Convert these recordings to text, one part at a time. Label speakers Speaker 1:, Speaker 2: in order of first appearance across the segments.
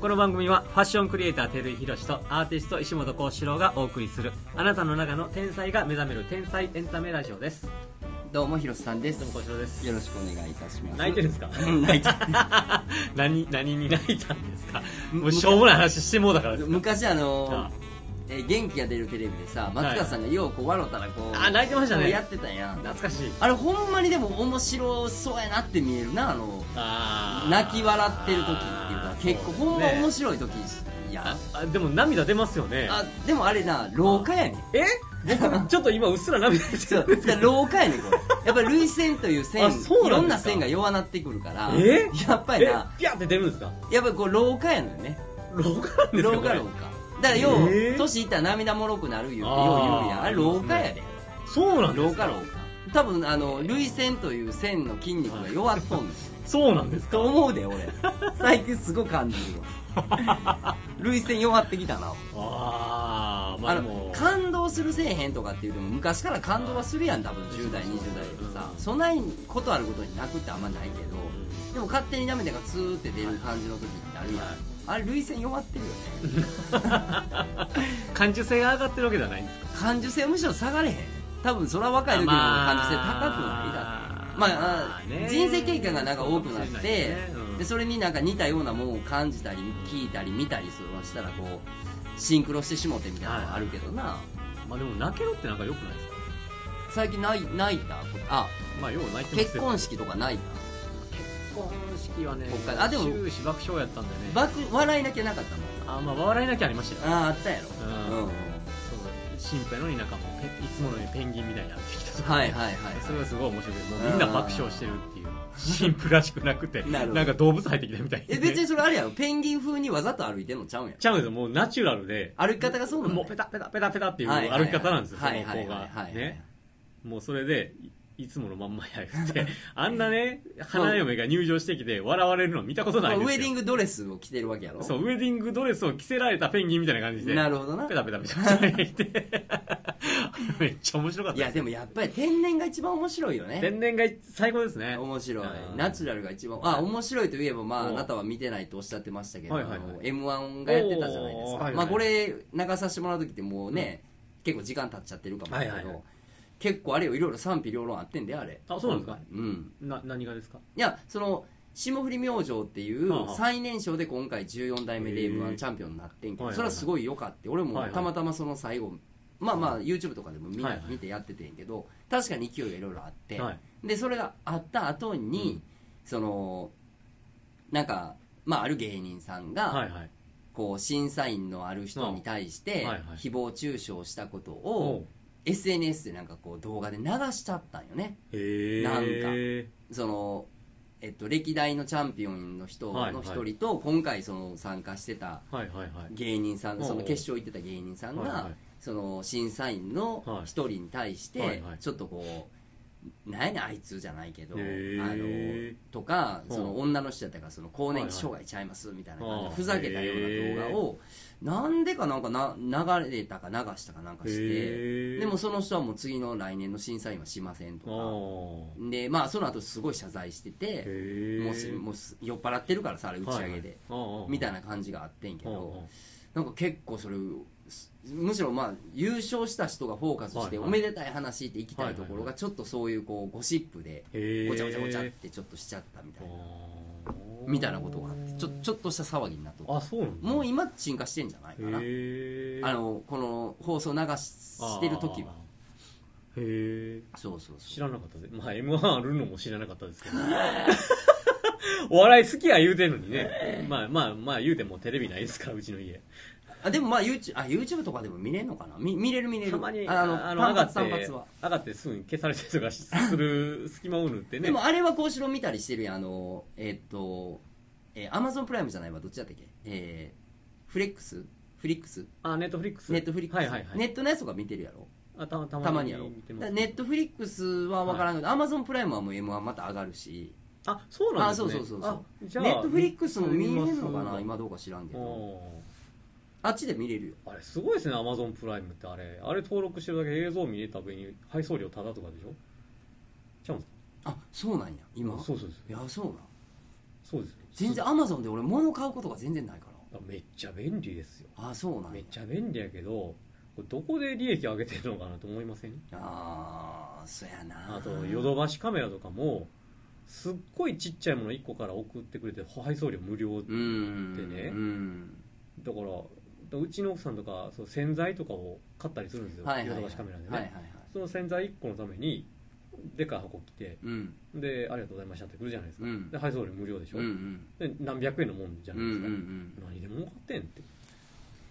Speaker 1: この番組はファッションクリエイター照井宏とアーティスト石本幸四郎がお送りするあなたの中の天才が目覚める天才エンタメラジオです
Speaker 2: どうも広瀬さんです
Speaker 1: どうも幸四郎です
Speaker 2: よろしくお願いいたします
Speaker 1: 泣いてるんですか
Speaker 2: うん 泣いてる
Speaker 1: 何何に泣いたんですかもうしょうもない話してもうだ からですか
Speaker 2: 昔あの
Speaker 1: あ
Speaker 2: えー元気が出るテレビでさ松川さんがようこう笑ったらこう
Speaker 1: あ泣いてましたね
Speaker 2: こうやってたやん
Speaker 1: 懐かしい
Speaker 2: あれほんまにでも面白そうやなって見えるなあの
Speaker 1: あー
Speaker 2: 泣き笑ってる時っていうか結構ほんま面
Speaker 1: い
Speaker 2: 白い時やん
Speaker 1: ああでも涙出ますよね
Speaker 2: あでもあれな老化やねん
Speaker 1: え僕ちょっと今うっすら涙
Speaker 2: そ
Speaker 1: 出
Speaker 2: う
Speaker 1: てる
Speaker 2: だから老化やねんこれやっぱり涙腺という線
Speaker 1: あそうなんですか
Speaker 2: いろんな線が弱なってくるから
Speaker 1: え
Speaker 2: やっぱり
Speaker 1: え
Speaker 2: な
Speaker 1: ピャーって出るんですか
Speaker 2: やっぱりこう老化やのよね
Speaker 1: 老化なんですか
Speaker 2: 老化
Speaker 1: これ
Speaker 2: 老化だからよう、
Speaker 1: えー
Speaker 2: 年いったら涙もろくなる言うてよう言うやん
Speaker 1: あー
Speaker 2: あれ老化やで
Speaker 1: そうなんで
Speaker 2: 老
Speaker 1: す
Speaker 2: 化
Speaker 1: か
Speaker 2: 老化多分あの涙腺という線の筋肉が弱っとんねん
Speaker 1: そうなんですか
Speaker 2: と思うで俺最近すごい感じる わ涙腺弱ってきたな
Speaker 1: ああま
Speaker 2: あ
Speaker 1: あで
Speaker 2: の
Speaker 1: も
Speaker 2: 感動するせえへんとかっていうても昔から感動はするやん多分10代20代とかさ
Speaker 1: うん
Speaker 2: そないことあることに泣くってあんまないけど
Speaker 1: ん
Speaker 2: でも勝手に涙がツーって出る感じの時ってあるやん、
Speaker 1: はい
Speaker 2: あれ涙腺弱ってるよね
Speaker 1: 感受性が上がってるわけじゃないんですか
Speaker 2: 感受性むしろ下がれへん多分それは若い時の方が感受性高くないだってまあ、あ人生経験がなんか多くなってでそれになんか似たようなもんを感じたり聞いたり見たりするのしたらこうシンクロしてしもてみたいなのはあるけどな、
Speaker 1: まあでも泣けるってなんか良くないですか
Speaker 2: 最近泣い泣いたあ
Speaker 1: まあよう泣いてます
Speaker 2: 結婚式とか泣いた
Speaker 1: 結婚式はね
Speaker 2: 国会あでも
Speaker 1: 終始爆笑やったんでね
Speaker 2: 爆笑いなきゃなかったもん
Speaker 1: あまあ笑いなきゃありましたよ
Speaker 2: あああったやろ
Speaker 1: うん
Speaker 2: うん
Speaker 1: そう心配のになんかもうペいつものようにペンギンみたいになってきたとか
Speaker 2: はいはいはい
Speaker 1: それがすごい面白いけどもうみんな爆笑してるっていうシンプルらしくなくて
Speaker 2: なるほど
Speaker 1: んか動物入ってきたみたい
Speaker 2: え別にそれあれやろペンギン風にわざと歩いてんのちゃうんや
Speaker 1: ちゃうんですよもうナチュラルで
Speaker 2: ろ歩き方がそうなの
Speaker 1: もうペタペタペタペタっていう
Speaker 2: はいはい
Speaker 1: 歩き方なんですよ、
Speaker 2: はい
Speaker 1: その子が、
Speaker 2: はいはいはい
Speaker 1: ねもうそれでいいつものまんまや言って あんなね花嫁が入場してきて笑われるの見たことない
Speaker 2: ま
Speaker 1: ん
Speaker 2: あ
Speaker 1: で
Speaker 2: ウ
Speaker 1: すよ
Speaker 2: ェディングドレスを着てるわけやろ
Speaker 1: そうウェディングドレスを着せられたペンギンみたいな感じで
Speaker 2: なるほどな
Speaker 1: ペタペタペタペタ言って めっちゃ面白かった
Speaker 2: いやでもやっぱり天然が一番面白いよね
Speaker 1: 天然が最高ですね
Speaker 2: 面白
Speaker 1: う
Speaker 2: い
Speaker 1: ん
Speaker 2: ナチュラルが一番あ面白いといえばまあ
Speaker 1: お
Speaker 2: あなたは見てないとおっしゃってましたけど
Speaker 1: はいはいはい
Speaker 2: m 1がやってたじゃないです
Speaker 1: おーはい
Speaker 2: か
Speaker 1: はい
Speaker 2: まあこれ流させてもらう時ってもうね結構時間経っちゃってるかもだけ
Speaker 1: はいはいは
Speaker 2: ど結構あれよいろいろ賛否両論あってんであれ
Speaker 1: あそうなんですか
Speaker 2: うん
Speaker 1: な何がですか
Speaker 2: いやその霜降り明星ってい
Speaker 1: はあ
Speaker 2: う
Speaker 1: はあ
Speaker 2: 最年少で今回14代目で
Speaker 1: へえ
Speaker 2: m 1チャンピオンになってんけ
Speaker 1: はいはいは
Speaker 2: ど
Speaker 1: い
Speaker 2: それはすごい良かって俺も
Speaker 1: はいはい
Speaker 2: たまたまその最後まあまあ YouTube とかでも見,、
Speaker 1: はいはい
Speaker 2: 見てやっててんけど確かに勢いがいろいろあって、
Speaker 1: はい
Speaker 2: でそれがあった後に、そのなんか、まあ、ある芸人さんが、
Speaker 1: はいはい
Speaker 2: こう審査員のある人に対して、
Speaker 1: うんはいはい
Speaker 2: 誹謗中傷したこと
Speaker 1: お
Speaker 2: を SNS でなんかこう動画で流しちゃったんよね
Speaker 1: へえ
Speaker 2: なんその、えっと、歴代のチャンピオンの人
Speaker 1: はいは
Speaker 2: の
Speaker 1: い
Speaker 2: 一人と、今回その参加してた
Speaker 1: はいはいはい
Speaker 2: 芸人さん
Speaker 1: おう
Speaker 2: その決勝行ってた芸人さんが、
Speaker 1: はいはい
Speaker 2: その審査員の
Speaker 1: はい
Speaker 2: 一人に対して、
Speaker 1: はいはい
Speaker 2: ちょっとこうなんやねんあいつじゃないけど、
Speaker 1: へー
Speaker 2: あのとか
Speaker 1: うん
Speaker 2: その女の人やったからその更年期
Speaker 1: はい
Speaker 2: 障害ちゃいますみたいな感じで、
Speaker 1: あー
Speaker 2: ふざけたような動画をなんでかなんかな流れたか流したかなんかして
Speaker 1: へえ
Speaker 2: でもその人はもう次の来年の審査員はしません
Speaker 1: あ
Speaker 2: とか
Speaker 1: ー
Speaker 2: でまあその後すごい謝罪してて
Speaker 1: へえ
Speaker 2: もうすもうす酔っ払ってるからさあれ打ち上げで、みたいな感じがあってんけど。なんか結構それすむしろまあ優勝した人がフォーカスし
Speaker 1: はい
Speaker 2: て
Speaker 1: はい
Speaker 2: おめでたい話っていきたいとこ
Speaker 1: はいは
Speaker 2: ろ
Speaker 1: いは
Speaker 2: がちょっとそういうこうゴシップでご
Speaker 1: ご
Speaker 2: ちゃごちゃごちゃってちょっとしちゃったみたいなみたいなことがあってちょちょっとした騒ぎになっとった
Speaker 1: あそうなんだ
Speaker 2: もう今進化してんじゃないかな
Speaker 1: へえ
Speaker 2: あのこの放送流ししてる時は
Speaker 1: あーへえ
Speaker 2: そうそうそ
Speaker 1: 知らなかったですまあ m 1あるのも知らなかったですけど お笑い好きや言うてんのにねまあまあまあ言うてもテレビないですからうちの家
Speaker 2: うあでもまあ YouTube, あ YouTube とかでも見れるのかな見見れる見れる
Speaker 1: たまに
Speaker 2: あの
Speaker 1: 上
Speaker 2: 単
Speaker 1: が
Speaker 2: 発
Speaker 1: って
Speaker 2: 単発は
Speaker 1: 上がってすぐに消されてとかしする隙間を縫ってね
Speaker 2: でもあれは幸四郎見たりしてるやんあのえっとえー、アマゾンプライムじゃないわどっちだったっけえー、フレックスフリックス
Speaker 1: あネットフリックス
Speaker 2: ネットフリックス、
Speaker 1: はいはいはい
Speaker 2: ネットのやつとか見てるやろ
Speaker 1: あたた
Speaker 2: たまにやろ
Speaker 1: 見て
Speaker 2: だ
Speaker 1: ま
Speaker 2: から
Speaker 1: す
Speaker 2: ネットフリックスは分からんけど、アマゾンプライムはもう m 1また上がるし
Speaker 1: あそうなんですね
Speaker 2: あそうそうそうそう
Speaker 1: あじ
Speaker 2: ネ
Speaker 1: ゃあ
Speaker 2: ットフリックスも見れるのか
Speaker 1: 見ま
Speaker 2: な
Speaker 1: す
Speaker 2: 今どうか知らんけど
Speaker 1: お
Speaker 2: あっちで見れるよ
Speaker 1: ーあれすごいですねアマゾンプライムってあれあれ登録してるだけ映像見れた上に配送料タダとかでしょちゃうんですか
Speaker 2: あそうなんや今
Speaker 1: そうそうです
Speaker 2: いやそうなん
Speaker 1: そうです
Speaker 2: 全然アマゾンで俺物買うことが全然ないから
Speaker 1: めっちゃ便利ですよ
Speaker 2: あそうなん
Speaker 1: め
Speaker 2: や
Speaker 1: っちゃ便利やけどこれどこで利益上げてるのかなと思いません
Speaker 2: ああそやな
Speaker 1: あとヨドバシカメラとかもすっごいちっちゃいもの1個から送ってくれて配送料無料
Speaker 2: うん
Speaker 1: でね
Speaker 2: うん
Speaker 1: だからうちの奥さんとかそう洗剤とかを買ったりするんですよ、
Speaker 2: はいはい
Speaker 1: ヨ
Speaker 2: は
Speaker 1: ド
Speaker 2: い
Speaker 1: バシカメラでね、
Speaker 2: はいはいはい
Speaker 1: その洗剤1個のためにでかい箱来て
Speaker 2: うん
Speaker 1: でありがとうございましたって来るじゃないですか、
Speaker 2: うん
Speaker 1: で配送料無料でしょ、
Speaker 2: うんうん
Speaker 1: で何百円のもんじゃ
Speaker 2: うん
Speaker 1: な
Speaker 2: う
Speaker 1: い
Speaker 2: ん
Speaker 1: ですか、何で
Speaker 2: うん
Speaker 1: も儲かってんって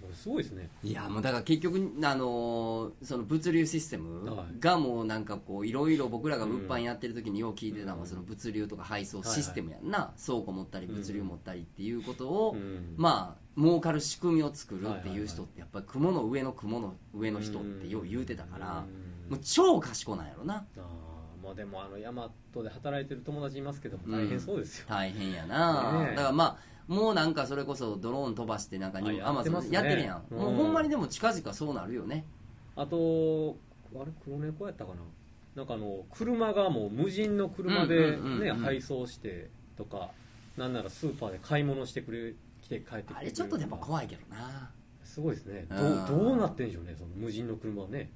Speaker 1: これすごいですね
Speaker 2: いやもうだから結局あのーその物流システム
Speaker 1: はい
Speaker 2: がもうなんかこういろいろ僕らが物販やってる時によう聞いてたの
Speaker 1: うん
Speaker 2: はその物流とか配送システムやんな倉庫持ったり
Speaker 1: うん
Speaker 2: 物流持ったりっていうことを
Speaker 1: うん
Speaker 2: まあ儲かる仕組みを作るって
Speaker 1: はいはい
Speaker 2: い
Speaker 1: はいう
Speaker 2: 人ってやっぱり雲の上の雲の上の人ってよう言うてたから
Speaker 1: うん
Speaker 2: もう超賢なんやろな
Speaker 1: あーまあでもあのヤマトで働いてる友達いますけども
Speaker 2: うん
Speaker 1: 大変そうですよ、
Speaker 2: 大変やな、
Speaker 1: ねえ
Speaker 2: だからまあもうなんかそれこそドローン飛ばしてなんかに
Speaker 1: あやってますね
Speaker 2: やってるやん、
Speaker 1: うん
Speaker 2: もうほんまにでも近々そうなるよね
Speaker 1: あとあれ黒猫やったかななんかあの車がもう無人の車で、ね
Speaker 2: うんうんうんうん
Speaker 1: 配送してとかなんならスーパーで買い物してくれ来て帰ってくれるとか
Speaker 2: あれちょっとでも怖いけどな
Speaker 1: すごいですねど
Speaker 2: うん
Speaker 1: うどうなってんでしょうねその無人の車はね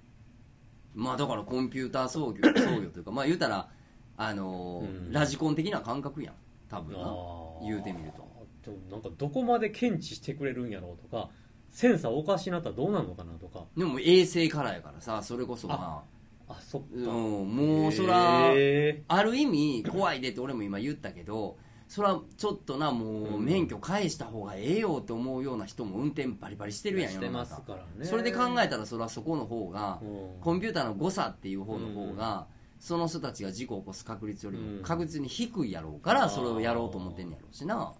Speaker 2: まあだからコンピューター 操業操業というかまあ言うたらあのー
Speaker 1: うん
Speaker 2: ラジコン的な感覚やん多分な
Speaker 1: あー
Speaker 2: 言うてみると
Speaker 1: でもなんかどこまで検知してくれるんやろうとかセンサーおかしなったらどうなるのかなとか
Speaker 2: でも衛星からやからさそれこそまあ
Speaker 1: あそっか、
Speaker 2: うん、もうそら
Speaker 1: へ
Speaker 2: ある意味怖いでって俺も今言ったけどそらちょっとなもう
Speaker 1: うん
Speaker 2: 免許返した方がええよって思うような人も運転バリバリしてるや
Speaker 1: ー
Speaker 2: ん
Speaker 1: してます
Speaker 2: 世の中
Speaker 1: からね
Speaker 2: それで考えたらそらそこの方が
Speaker 1: うん
Speaker 2: コンピューターの誤差っていう方の方がその人たちが事故を起こす確率より
Speaker 1: うん
Speaker 2: も確実に低いやろうか
Speaker 1: あー
Speaker 2: らそれをやろうと思ってんやろうしな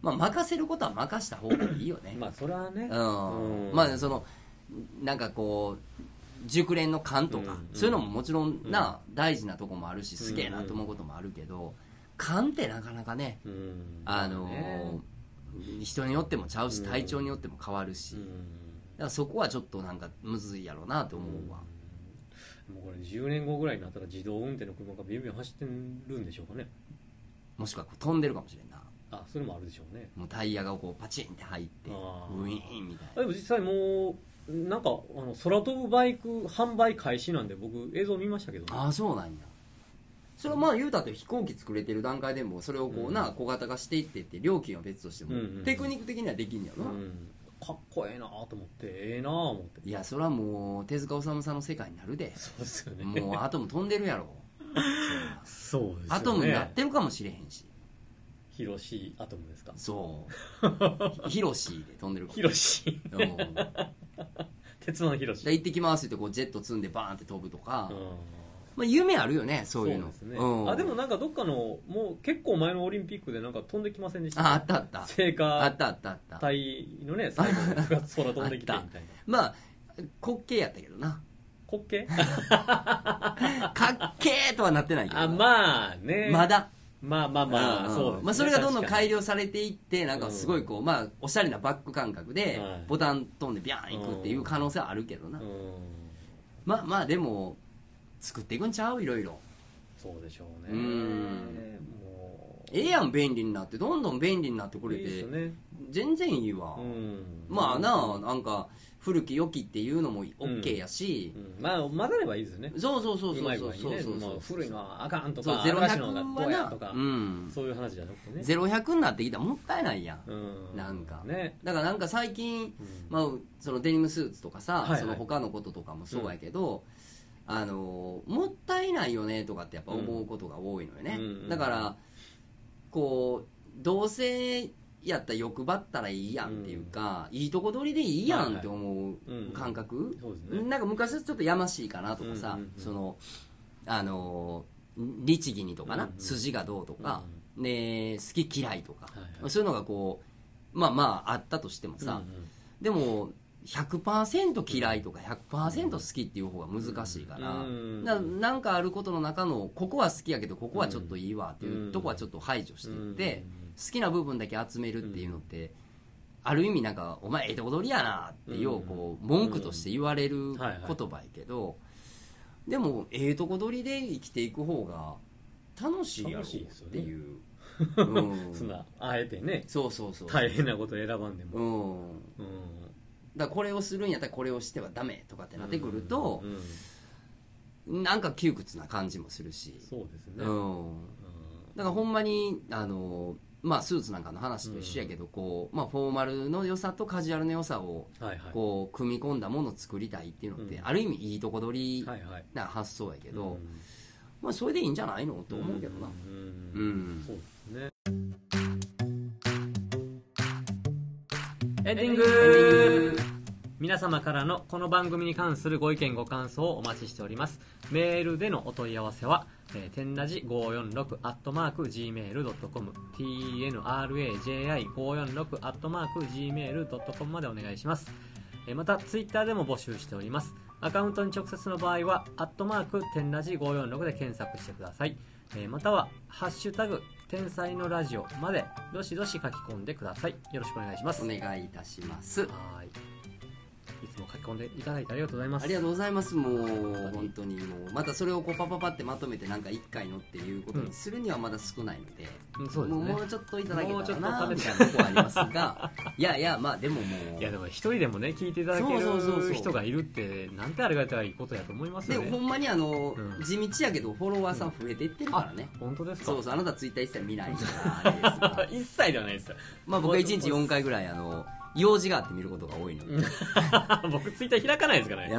Speaker 2: まあ任せることは任した方がいいよね
Speaker 1: まあそれはね
Speaker 2: うん
Speaker 1: うん
Speaker 2: まあそのなんかこう熟練の勘とか、
Speaker 1: うんうん
Speaker 2: そういうのももちろんな、大事なとこもあるしすげえなと思うこともあるけど、勘ってなかなかね、
Speaker 1: うん
Speaker 2: あのー
Speaker 1: ね
Speaker 2: 人によってもちゃうし
Speaker 1: うん
Speaker 2: 体調によっても変わるし、
Speaker 1: うん
Speaker 2: だからそこはちょっとなんかむずいやろうなと思うわ、
Speaker 1: もうこれ10年後ぐらいになったら自動運転の車がビュンビュン走ってるんでしょうかね
Speaker 2: もしくはこう飛んでるかもしれんな
Speaker 1: あそれもあるでしょうね
Speaker 2: もうタイヤがこうパチンって入ってウ
Speaker 1: あー
Speaker 2: ィーンみたい
Speaker 1: あでも実際もうなんかあの空飛ぶバイク販売開始なんで僕映像見ましたけどね
Speaker 2: なああそうなんやそれはまあ言うたと飛行機作れてる段階でもそれをこうな
Speaker 1: うん
Speaker 2: 小型化していってって料金は別として
Speaker 1: う
Speaker 2: も
Speaker 1: んうん
Speaker 2: テクニック的にはできんや
Speaker 1: う、
Speaker 2: ろなん
Speaker 1: かっこええなと思ってええなと思って
Speaker 2: いやそれはもう手塚治虫さんの世界になるで
Speaker 1: そうですよね
Speaker 2: もうアトム飛んでるやろ
Speaker 1: そうですよね
Speaker 2: アトムになってるかもしれへんし
Speaker 1: ヒロシアトムですか
Speaker 2: そうヒロシで飛んでるかも
Speaker 1: ヒロシ
Speaker 2: うんだか
Speaker 1: 鉄腕ヒロシ
Speaker 2: ら行ってきますってこうジェット積んでバーンって飛ぶとか、
Speaker 1: うん
Speaker 2: まあ、夢あるよねそういうの
Speaker 1: ですね、
Speaker 2: うん
Speaker 1: あでもなんかどっかのもう結構前のオリンピックでなんか飛んできませんでした
Speaker 2: ああったあった
Speaker 1: 聖
Speaker 2: あ
Speaker 1: 火
Speaker 2: ったあったあった
Speaker 1: 隊のね最後の人が空飛んできてみたいな
Speaker 2: まあ滑稽やったけどな
Speaker 1: 滑稽
Speaker 2: かっけーとはなってないけど
Speaker 1: あまあね
Speaker 2: まだ
Speaker 1: まあまあまあ、
Speaker 2: う
Speaker 1: そ
Speaker 2: ん
Speaker 1: うですね、
Speaker 2: まあ、それがどんどん改
Speaker 1: 良
Speaker 2: 良されていってなんかすごいこう、まあ、おしゃれなバック感覚で
Speaker 1: はい
Speaker 2: ボタン飛んでビャーンいくっていう可能性はあるけどな、
Speaker 1: うん
Speaker 2: まあまあでも作っていくんちゃういろいろ
Speaker 1: そうでしょうね
Speaker 2: うん
Speaker 1: もう
Speaker 2: ええやん便利になってどんどん便利になってこれ
Speaker 1: い
Speaker 2: て
Speaker 1: いですね
Speaker 2: 全然いいわ、
Speaker 1: うん
Speaker 2: まあなあなんか古き良きっていうのも OK やし
Speaker 1: う、んまあ混ざればいいですね
Speaker 2: そうそうそう
Speaker 1: う
Speaker 2: そ
Speaker 1: ま
Speaker 2: う
Speaker 1: い具
Speaker 2: そ
Speaker 1: 合
Speaker 2: う
Speaker 1: に
Speaker 2: そう
Speaker 1: ね
Speaker 2: そう
Speaker 1: もう古いのはあかんと
Speaker 2: そう
Speaker 1: か
Speaker 2: ゼロ
Speaker 1: 新しいのが
Speaker 2: 百
Speaker 1: どうやと
Speaker 2: はな
Speaker 1: か、
Speaker 2: うん
Speaker 1: そういう話じゃなくてね
Speaker 2: ゼロ百になってきたらもったいないやん
Speaker 1: うん
Speaker 2: なんか
Speaker 1: ね
Speaker 2: だからなんか最近、
Speaker 1: うん
Speaker 2: まあ、そのデニムスーツとかさ、
Speaker 1: はいはい
Speaker 2: その他のこととかもそうやけど、あのもったいないよねとかってやっぱ思うことが多いのよね、
Speaker 1: うんうん
Speaker 2: だからこうどうせやったら欲張ったらいいやんっていうか、いいとこ取りでいいやんって思
Speaker 1: いはいう
Speaker 2: 感覚、
Speaker 1: そうですね
Speaker 2: なんか昔はちょっとやましいかなとか
Speaker 1: う
Speaker 2: さ、
Speaker 1: んうんうん
Speaker 2: そのあの律儀にとかな、
Speaker 1: うんうん
Speaker 2: 筋がどうとか、ね、好き嫌いとか、
Speaker 1: はいはい
Speaker 2: そういうのがこうまあまああったとしてもさ、
Speaker 1: うんうん
Speaker 2: でも100%嫌いとか100%好きっていう方が難しいから、
Speaker 1: うん
Speaker 2: ななんかあることの中のここは好きやけどここはちょっといいわっていううんとこはちょっと排除していって、
Speaker 1: うん
Speaker 2: 好きな部分だけ集めるっていうのって、ある意味なんか「お前ええとこ取りやな」ってようこう文句として言われる言葉やけど、でもええとこ取りで生きていく方が楽しいやろ
Speaker 1: 楽しいです
Speaker 2: っ
Speaker 1: よ
Speaker 2: て
Speaker 1: ね
Speaker 2: いう うん
Speaker 1: そんなあえてね
Speaker 2: そうそうそう、
Speaker 1: 大変なこと選ばんでも、
Speaker 2: うん
Speaker 1: うん、
Speaker 2: だからこれをするんやったらこれをしてはダメとかってなってくると
Speaker 1: う、ん
Speaker 2: なんか窮屈な感じもするし
Speaker 1: そうです
Speaker 2: う
Speaker 1: ね、うん
Speaker 2: んだからほんまにあのまあスーツなんかの話と一緒やけど、こうまあフォーマルの良さとカジュアルの良さを
Speaker 1: はいはい
Speaker 2: こう組み込んだものを作りたいっていうのって、
Speaker 1: うん
Speaker 2: ある意味いいとこ取り
Speaker 1: はいはい
Speaker 2: な発想やけ
Speaker 1: う
Speaker 2: ど、
Speaker 1: ん
Speaker 2: まあそれでいいんじゃないのと思うけどな、
Speaker 1: うん
Speaker 2: うん
Speaker 1: そうですねエ
Speaker 2: エ
Speaker 1: ンディング皆様からのこの番組に関するご意見ご感想をお待ちしておりますメールでのお問い合わせは「天ラジ546」「アットマーク Gmail.com」「TNRAJI546」「アットマーク Gmail.com」までお願いしますえーまたツイッターでも募集しておりますアカウントに直接の場合は「アットマーク天ラジ546」で検索してください、えーまたは「ハッシュタグ天才のラジオ」までどしどし書き込んでくださいよろしくお願いします
Speaker 2: お願いいたします
Speaker 1: はーい。いつも書き込んでいただいてありがとうございます。
Speaker 2: ありがとうございますもう
Speaker 1: 本
Speaker 2: 本当にもうまたそれをこうパパパってまとめてなんか1回のっていうこと
Speaker 1: うん
Speaker 2: にするにはまだ少ないので、
Speaker 1: うんそうです
Speaker 2: もう
Speaker 1: ね
Speaker 2: も。うちょっといただけたらな
Speaker 1: もう
Speaker 2: み
Speaker 1: ち
Speaker 2: た
Speaker 1: ょっ
Speaker 2: い
Speaker 1: と食べ
Speaker 2: なと
Speaker 1: た
Speaker 2: こ
Speaker 1: い
Speaker 2: ありますがいやいやまあ でももう
Speaker 1: いやでも一人でもね聞いていただけ
Speaker 2: そうそうそうそ
Speaker 1: る
Speaker 2: う
Speaker 1: 人がいるってなんてありがたいことやと思います
Speaker 2: で
Speaker 1: よ
Speaker 2: もほ
Speaker 1: ね。
Speaker 2: んまにあの、
Speaker 1: うん
Speaker 2: 地道やけどフォロワーさん増えていってるからね、
Speaker 1: 本当ですか。
Speaker 2: そうそうあなたツイッター一切見ないからあれですが
Speaker 1: 一切ではないですよ。
Speaker 2: まあ僕は1日4回ぐらいあの用事があって見ることが多いので、い
Speaker 1: 僕ツイッター開かないですからね。
Speaker 2: や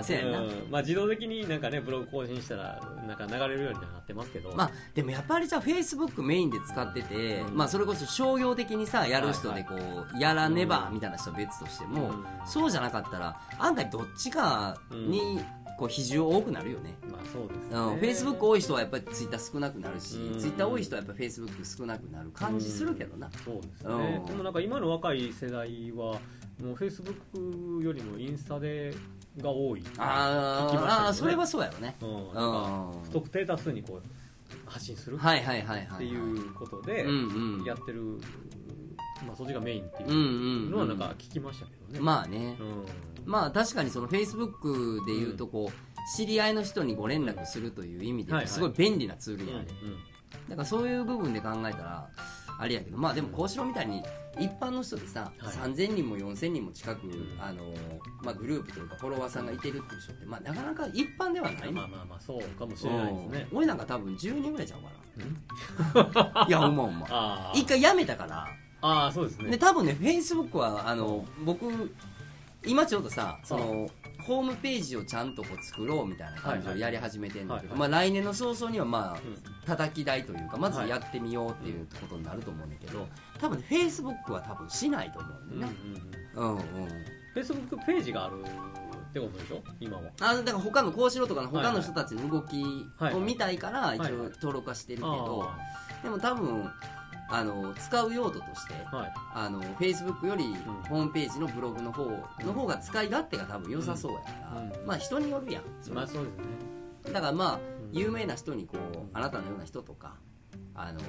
Speaker 2: ーせやな、
Speaker 1: うんまあ自動的になんかねブログ更新したらなんか流れるようにはなってますけど。
Speaker 2: まあ、でもやっぱりじゃあフェイスブックメインで使ってて、
Speaker 1: うん
Speaker 2: まあ、それこそ商業的にさやる人でこう、やらねばみたいな人は別としても、
Speaker 1: うん
Speaker 2: そうじゃなかったら案外どっちかにこう比重多くなるよね、
Speaker 1: まあそうです
Speaker 2: う
Speaker 1: ね。
Speaker 2: んフェイスブック多い人はやっぱりツイッター少なくなるし、
Speaker 1: うん
Speaker 2: ツイッター多い人はやっぱフェイスブック少なくなる感じするけどな、
Speaker 1: そうですね、
Speaker 2: うん
Speaker 1: でもなんか今の若い世代はもうフェイスブックよりもインスタでが多いって聞きま
Speaker 2: あ
Speaker 1: し
Speaker 2: ー、
Speaker 1: たけどね
Speaker 2: あーそれはそうやろね、
Speaker 1: うん、
Speaker 2: うん
Speaker 1: なんか
Speaker 2: は
Speaker 1: 不特定多数にこう発信する
Speaker 2: い
Speaker 1: っ
Speaker 2: はいはいはいは
Speaker 1: ていうことで
Speaker 2: うんうん
Speaker 1: やってる、まあ、そっちがメインってい
Speaker 2: うんう
Speaker 1: うんのはなんか聞きましたけどね、
Speaker 2: まあね、
Speaker 1: うん
Speaker 2: まあ確かにそのフェイスブックでいうとこう、知り合いの人にご連絡するという意味で
Speaker 1: はいは
Speaker 2: 言う
Speaker 1: い
Speaker 2: とすごい便利なツール
Speaker 1: うん
Speaker 2: やね、
Speaker 1: うん
Speaker 2: だからそういう部分で考えたらあれやけどまあでも幸四郎みたいに一般の人でさ、
Speaker 1: はい
Speaker 2: 3000人も4000人も近く、
Speaker 1: ん
Speaker 2: あのまあ、グループというかフォロワーさんがいてるっていう人って、まあ、なかなか一般ではない
Speaker 1: まあまあまあそうかもしれないですね
Speaker 2: うん俺なんか多分10人ぐらいちゃ うかないやほんまほんま
Speaker 1: ああ
Speaker 2: 一回やめたから
Speaker 1: ああそうですね
Speaker 2: で多分ねフェイスブックはあの僕今ちょうどさそのホームページをちゃんとこう作ろうみたいな感じ
Speaker 1: は
Speaker 2: を
Speaker 1: いはい
Speaker 2: やり始めてるんだけど、
Speaker 1: はいは
Speaker 2: まあ、来年の早々にはまあ、
Speaker 1: うん
Speaker 2: 叩き台というかまず
Speaker 1: はい
Speaker 2: やってみようっていうことになると思うんだけど、多分フェイスブックは多分しないと思う
Speaker 1: うんんう
Speaker 2: だ
Speaker 1: ん
Speaker 2: よね、うんうん
Speaker 1: フェイスブックページがあるってことでしょ今は
Speaker 2: あだから他のこうしろとかの他の人たちの動き
Speaker 1: はいはい
Speaker 2: を見たいから
Speaker 1: い
Speaker 2: 一
Speaker 1: はい
Speaker 2: 応登録はしてるけど、
Speaker 1: あ
Speaker 2: でも多分あの使う用途として
Speaker 1: あはい
Speaker 2: あの Facebook よりホームページのブログの方の方が使い勝手が多分良さそうやから、
Speaker 1: うん
Speaker 2: まあ人によるやんそれ
Speaker 1: まあ
Speaker 2: は
Speaker 1: そうですね
Speaker 2: だからまあ
Speaker 1: うん
Speaker 2: 有名な人にこうあなたのような人とかあのフ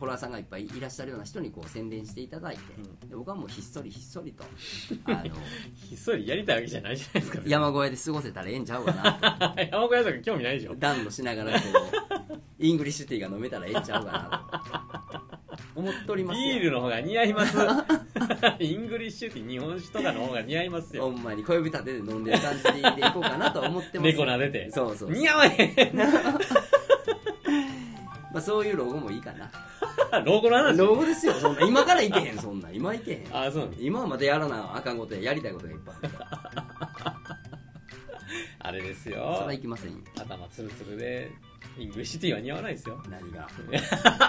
Speaker 2: ォロワーさんがいっぱいいらっしゃるような人にこう宣伝していただいて、で僕はもうひっそりひっそり とあの
Speaker 1: ひっそりやりたいわけじゃないじゃないですか
Speaker 2: 山越えで過ごせたらええんちゃうか な
Speaker 1: 山小屋さん興味ないでしょ
Speaker 2: 暖炉しながらこうイングリッシュティーが飲めたらええんちゃうかなと 思っておりますよ
Speaker 1: ビールの方が似合いますイングリッシュティー日本酒とかの方が似合います
Speaker 2: ほ
Speaker 1: よ
Speaker 2: んまに小指立てて飲んでる感じでいこうかなとは思ってます
Speaker 1: 猫撫でて
Speaker 2: そうそう
Speaker 1: 似合わへ
Speaker 2: まあ、そういうロゴもいいかな。
Speaker 1: ん老後の話
Speaker 2: ロゴですよ、そんな。 今からいけへん、そんな。今いけへん。
Speaker 1: ああそうなんです
Speaker 2: 今はまたやらなあかんことや、やりたいことがいっぱいあるから。
Speaker 1: あれです
Speaker 2: それ
Speaker 1: よ
Speaker 2: はいきませんよ。
Speaker 1: 頭ツルツルでイングリッシュティーは似合わない ですよ
Speaker 2: 何が。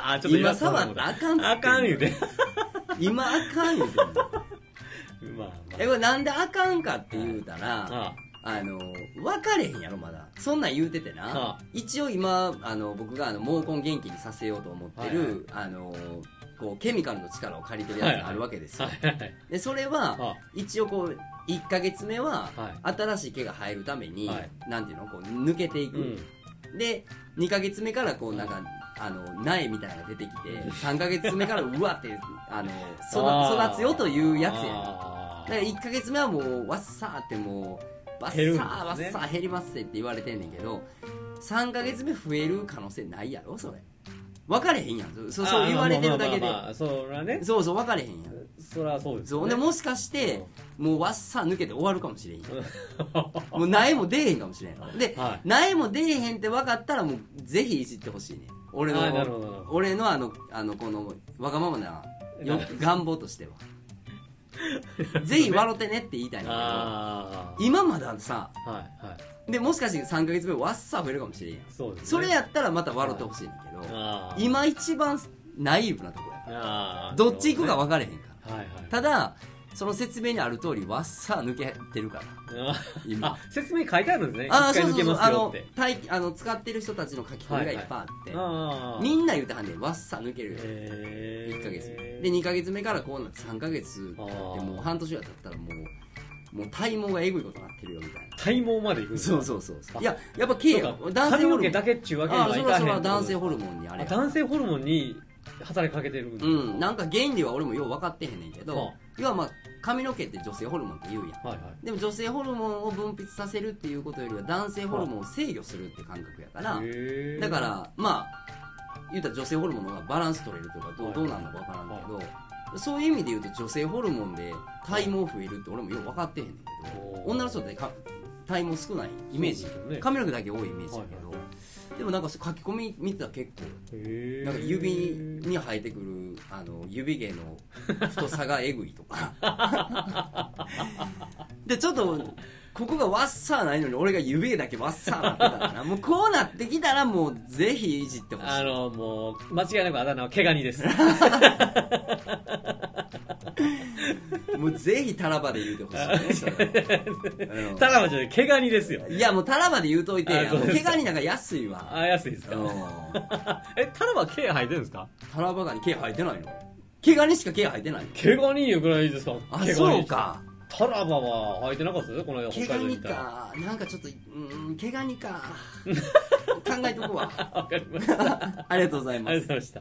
Speaker 1: あちょっと
Speaker 2: 今触ったらあかんっつってんの
Speaker 1: あかん言うて
Speaker 2: 今あかん言うてんの
Speaker 1: まあま
Speaker 2: え、これなんであかんかって言うた
Speaker 1: あ
Speaker 2: ら、
Speaker 1: あ
Speaker 2: あの、分かれへんやろ、まだ。そんなん言うてて
Speaker 1: は
Speaker 2: な
Speaker 1: あ。
Speaker 2: 一応今、あの、僕があの、毛根元気にさせようと思ってる、あの、こう、ケミカルの力を借りてるやつがあるわけですよ。
Speaker 1: はいはい
Speaker 2: で、それ
Speaker 1: は
Speaker 2: は
Speaker 1: あ、
Speaker 2: 一応こう、1ヶ月目は、
Speaker 1: はい
Speaker 2: 新しい毛が生えるために、
Speaker 1: はい
Speaker 2: なんていうのこう抜けていく、
Speaker 1: うん
Speaker 2: で2ヶ月目からこうなんか、あの苗みたいなのが出てきて3ヶ月目からうわってあの育
Speaker 1: あー
Speaker 2: 育つよというやつやね
Speaker 1: あ
Speaker 2: だ
Speaker 1: ー
Speaker 2: から1ヶ月目はもうわっさーってもうわっさ
Speaker 1: 減るん
Speaker 2: ー
Speaker 1: ですね
Speaker 2: わっさー減りますってって言われてんねんけど3ヶ月目増える可能性ないやろそれ分かれへんやんそうそう言われてるだけで
Speaker 1: あまあまあまあまあそらね
Speaker 2: そうそう分かれへんやん
Speaker 1: そらそうです
Speaker 2: そ
Speaker 1: よ
Speaker 2: う
Speaker 1: ね
Speaker 2: でもしかしてもうわっさ抜けて終わるかもしれんやんもう苗も出えへんかもしれんやろで、
Speaker 1: はい
Speaker 2: 苗も出えへんって分かったらもうぜひいじってほしいね俺の
Speaker 1: あーなるほどなるほど
Speaker 2: 俺のあのあのこのわがままなよ
Speaker 1: なるほ
Speaker 2: 願望としては ぜひ笑ってねって言いたいん だ
Speaker 1: あ
Speaker 2: けど今まださ
Speaker 1: あはいはい
Speaker 2: でもしかして3ヶ月分わっさ増えるかもしれんやん
Speaker 1: そうですね
Speaker 2: それやったらまた笑ってほしいねんだけど、
Speaker 1: あー
Speaker 2: 今一番ナイーブなとこや
Speaker 1: あー
Speaker 2: どっち行くか分かれへんから、
Speaker 1: はいはい
Speaker 2: ただその説明にある通りわっさ抜けてるから
Speaker 1: あ
Speaker 2: 今
Speaker 1: あ説明書いてあるんですね
Speaker 2: あ
Speaker 1: 一回
Speaker 2: あそう
Speaker 1: 抜
Speaker 2: そう
Speaker 1: け
Speaker 2: そう
Speaker 1: ます
Speaker 2: あ
Speaker 1: よっ
Speaker 2: の
Speaker 1: て
Speaker 2: たいあの使ってる人たちの書き込みがいっぱいあって、
Speaker 1: ああ
Speaker 2: みんな言うてはんねんわっさ抜けるよ、
Speaker 1: え
Speaker 2: 1ヶ月
Speaker 1: え
Speaker 2: で2ヶ月目からこうなって3ヶ月
Speaker 1: あ
Speaker 2: で
Speaker 1: ー
Speaker 2: もう半年が経ったらもうもう体毛がえぐいことになってるよみたいな
Speaker 1: 体毛まで行くんです
Speaker 2: そ
Speaker 1: か
Speaker 2: うそうそうそう
Speaker 1: あ
Speaker 2: いややっぱ経営
Speaker 1: そうか
Speaker 2: 男性
Speaker 1: 髪
Speaker 2: ホ
Speaker 1: の
Speaker 2: ルモ
Speaker 1: 毛
Speaker 2: ン
Speaker 1: だけっちゅうわけに
Speaker 2: ああ
Speaker 1: は
Speaker 2: そ
Speaker 1: い
Speaker 2: れは
Speaker 1: か
Speaker 2: そ
Speaker 1: へ
Speaker 2: れ
Speaker 1: ん
Speaker 2: は男性ホル
Speaker 1: ン
Speaker 2: モンにあれや
Speaker 1: 男性ホルモンに働きかけてるんです
Speaker 2: う
Speaker 1: か
Speaker 2: んなんか原理は俺もよう分かってへんねんけ
Speaker 1: は
Speaker 2: ど
Speaker 1: あ
Speaker 2: 要はまあ髪の毛って女性ホルモンって言うやん
Speaker 1: はいはい
Speaker 2: でも女性ホルモンを分泌させるっていうことよりは男性ホルモンを制御するって感覚やから
Speaker 1: へえ
Speaker 2: だからまあ言うたら女性ホルモンの方がバランス取れるとかど
Speaker 1: は
Speaker 2: う
Speaker 1: い
Speaker 2: どうなんのかわからんけどそういう意味で言うと女性ホルモンで体毛増えるって俺もよく分かってへんねんけ
Speaker 1: おー
Speaker 2: ど女の人ってか体毛少ないイメージ
Speaker 1: そうですよね
Speaker 2: 髪の毛だけ多いイメージだけ
Speaker 1: はいは
Speaker 2: どでもなんかそう書き込み見てたら結構
Speaker 1: へえ
Speaker 2: なんか指に生えてくるあの指毛の太さがえぐいとか でちょっとここがワッサーないのに俺が指毛だけワッサーなってたからもうこうなってきたらもうぜひいじってほしい
Speaker 1: あのもう間違いなくあだ名は毛ガニです
Speaker 2: もうぜひタラバで言うてほしいね それはうん
Speaker 1: ただのじゃない毛ガニですよ
Speaker 2: いやもうタラバで言うといて
Speaker 1: あそうです
Speaker 2: 毛
Speaker 1: か
Speaker 2: ガニなんか安いわ
Speaker 1: あ安いです
Speaker 2: う
Speaker 1: か
Speaker 2: ん
Speaker 1: えタラは毛生えてるんですか
Speaker 2: タラバガニ毛生えてないの毛ガニしか毛生えてないの
Speaker 1: 毛ガニよくないですか
Speaker 2: あそうか
Speaker 1: タラバは履いてなかったですよこの間
Speaker 2: 毛
Speaker 1: 北
Speaker 2: ガ
Speaker 1: 海道
Speaker 2: ニ
Speaker 1: 行ったら
Speaker 2: かなんかちょっとうーん毛ガニか考えとくわ
Speaker 1: あわかりましたあ
Speaker 2: ありがとうございます
Speaker 1: りがとうございました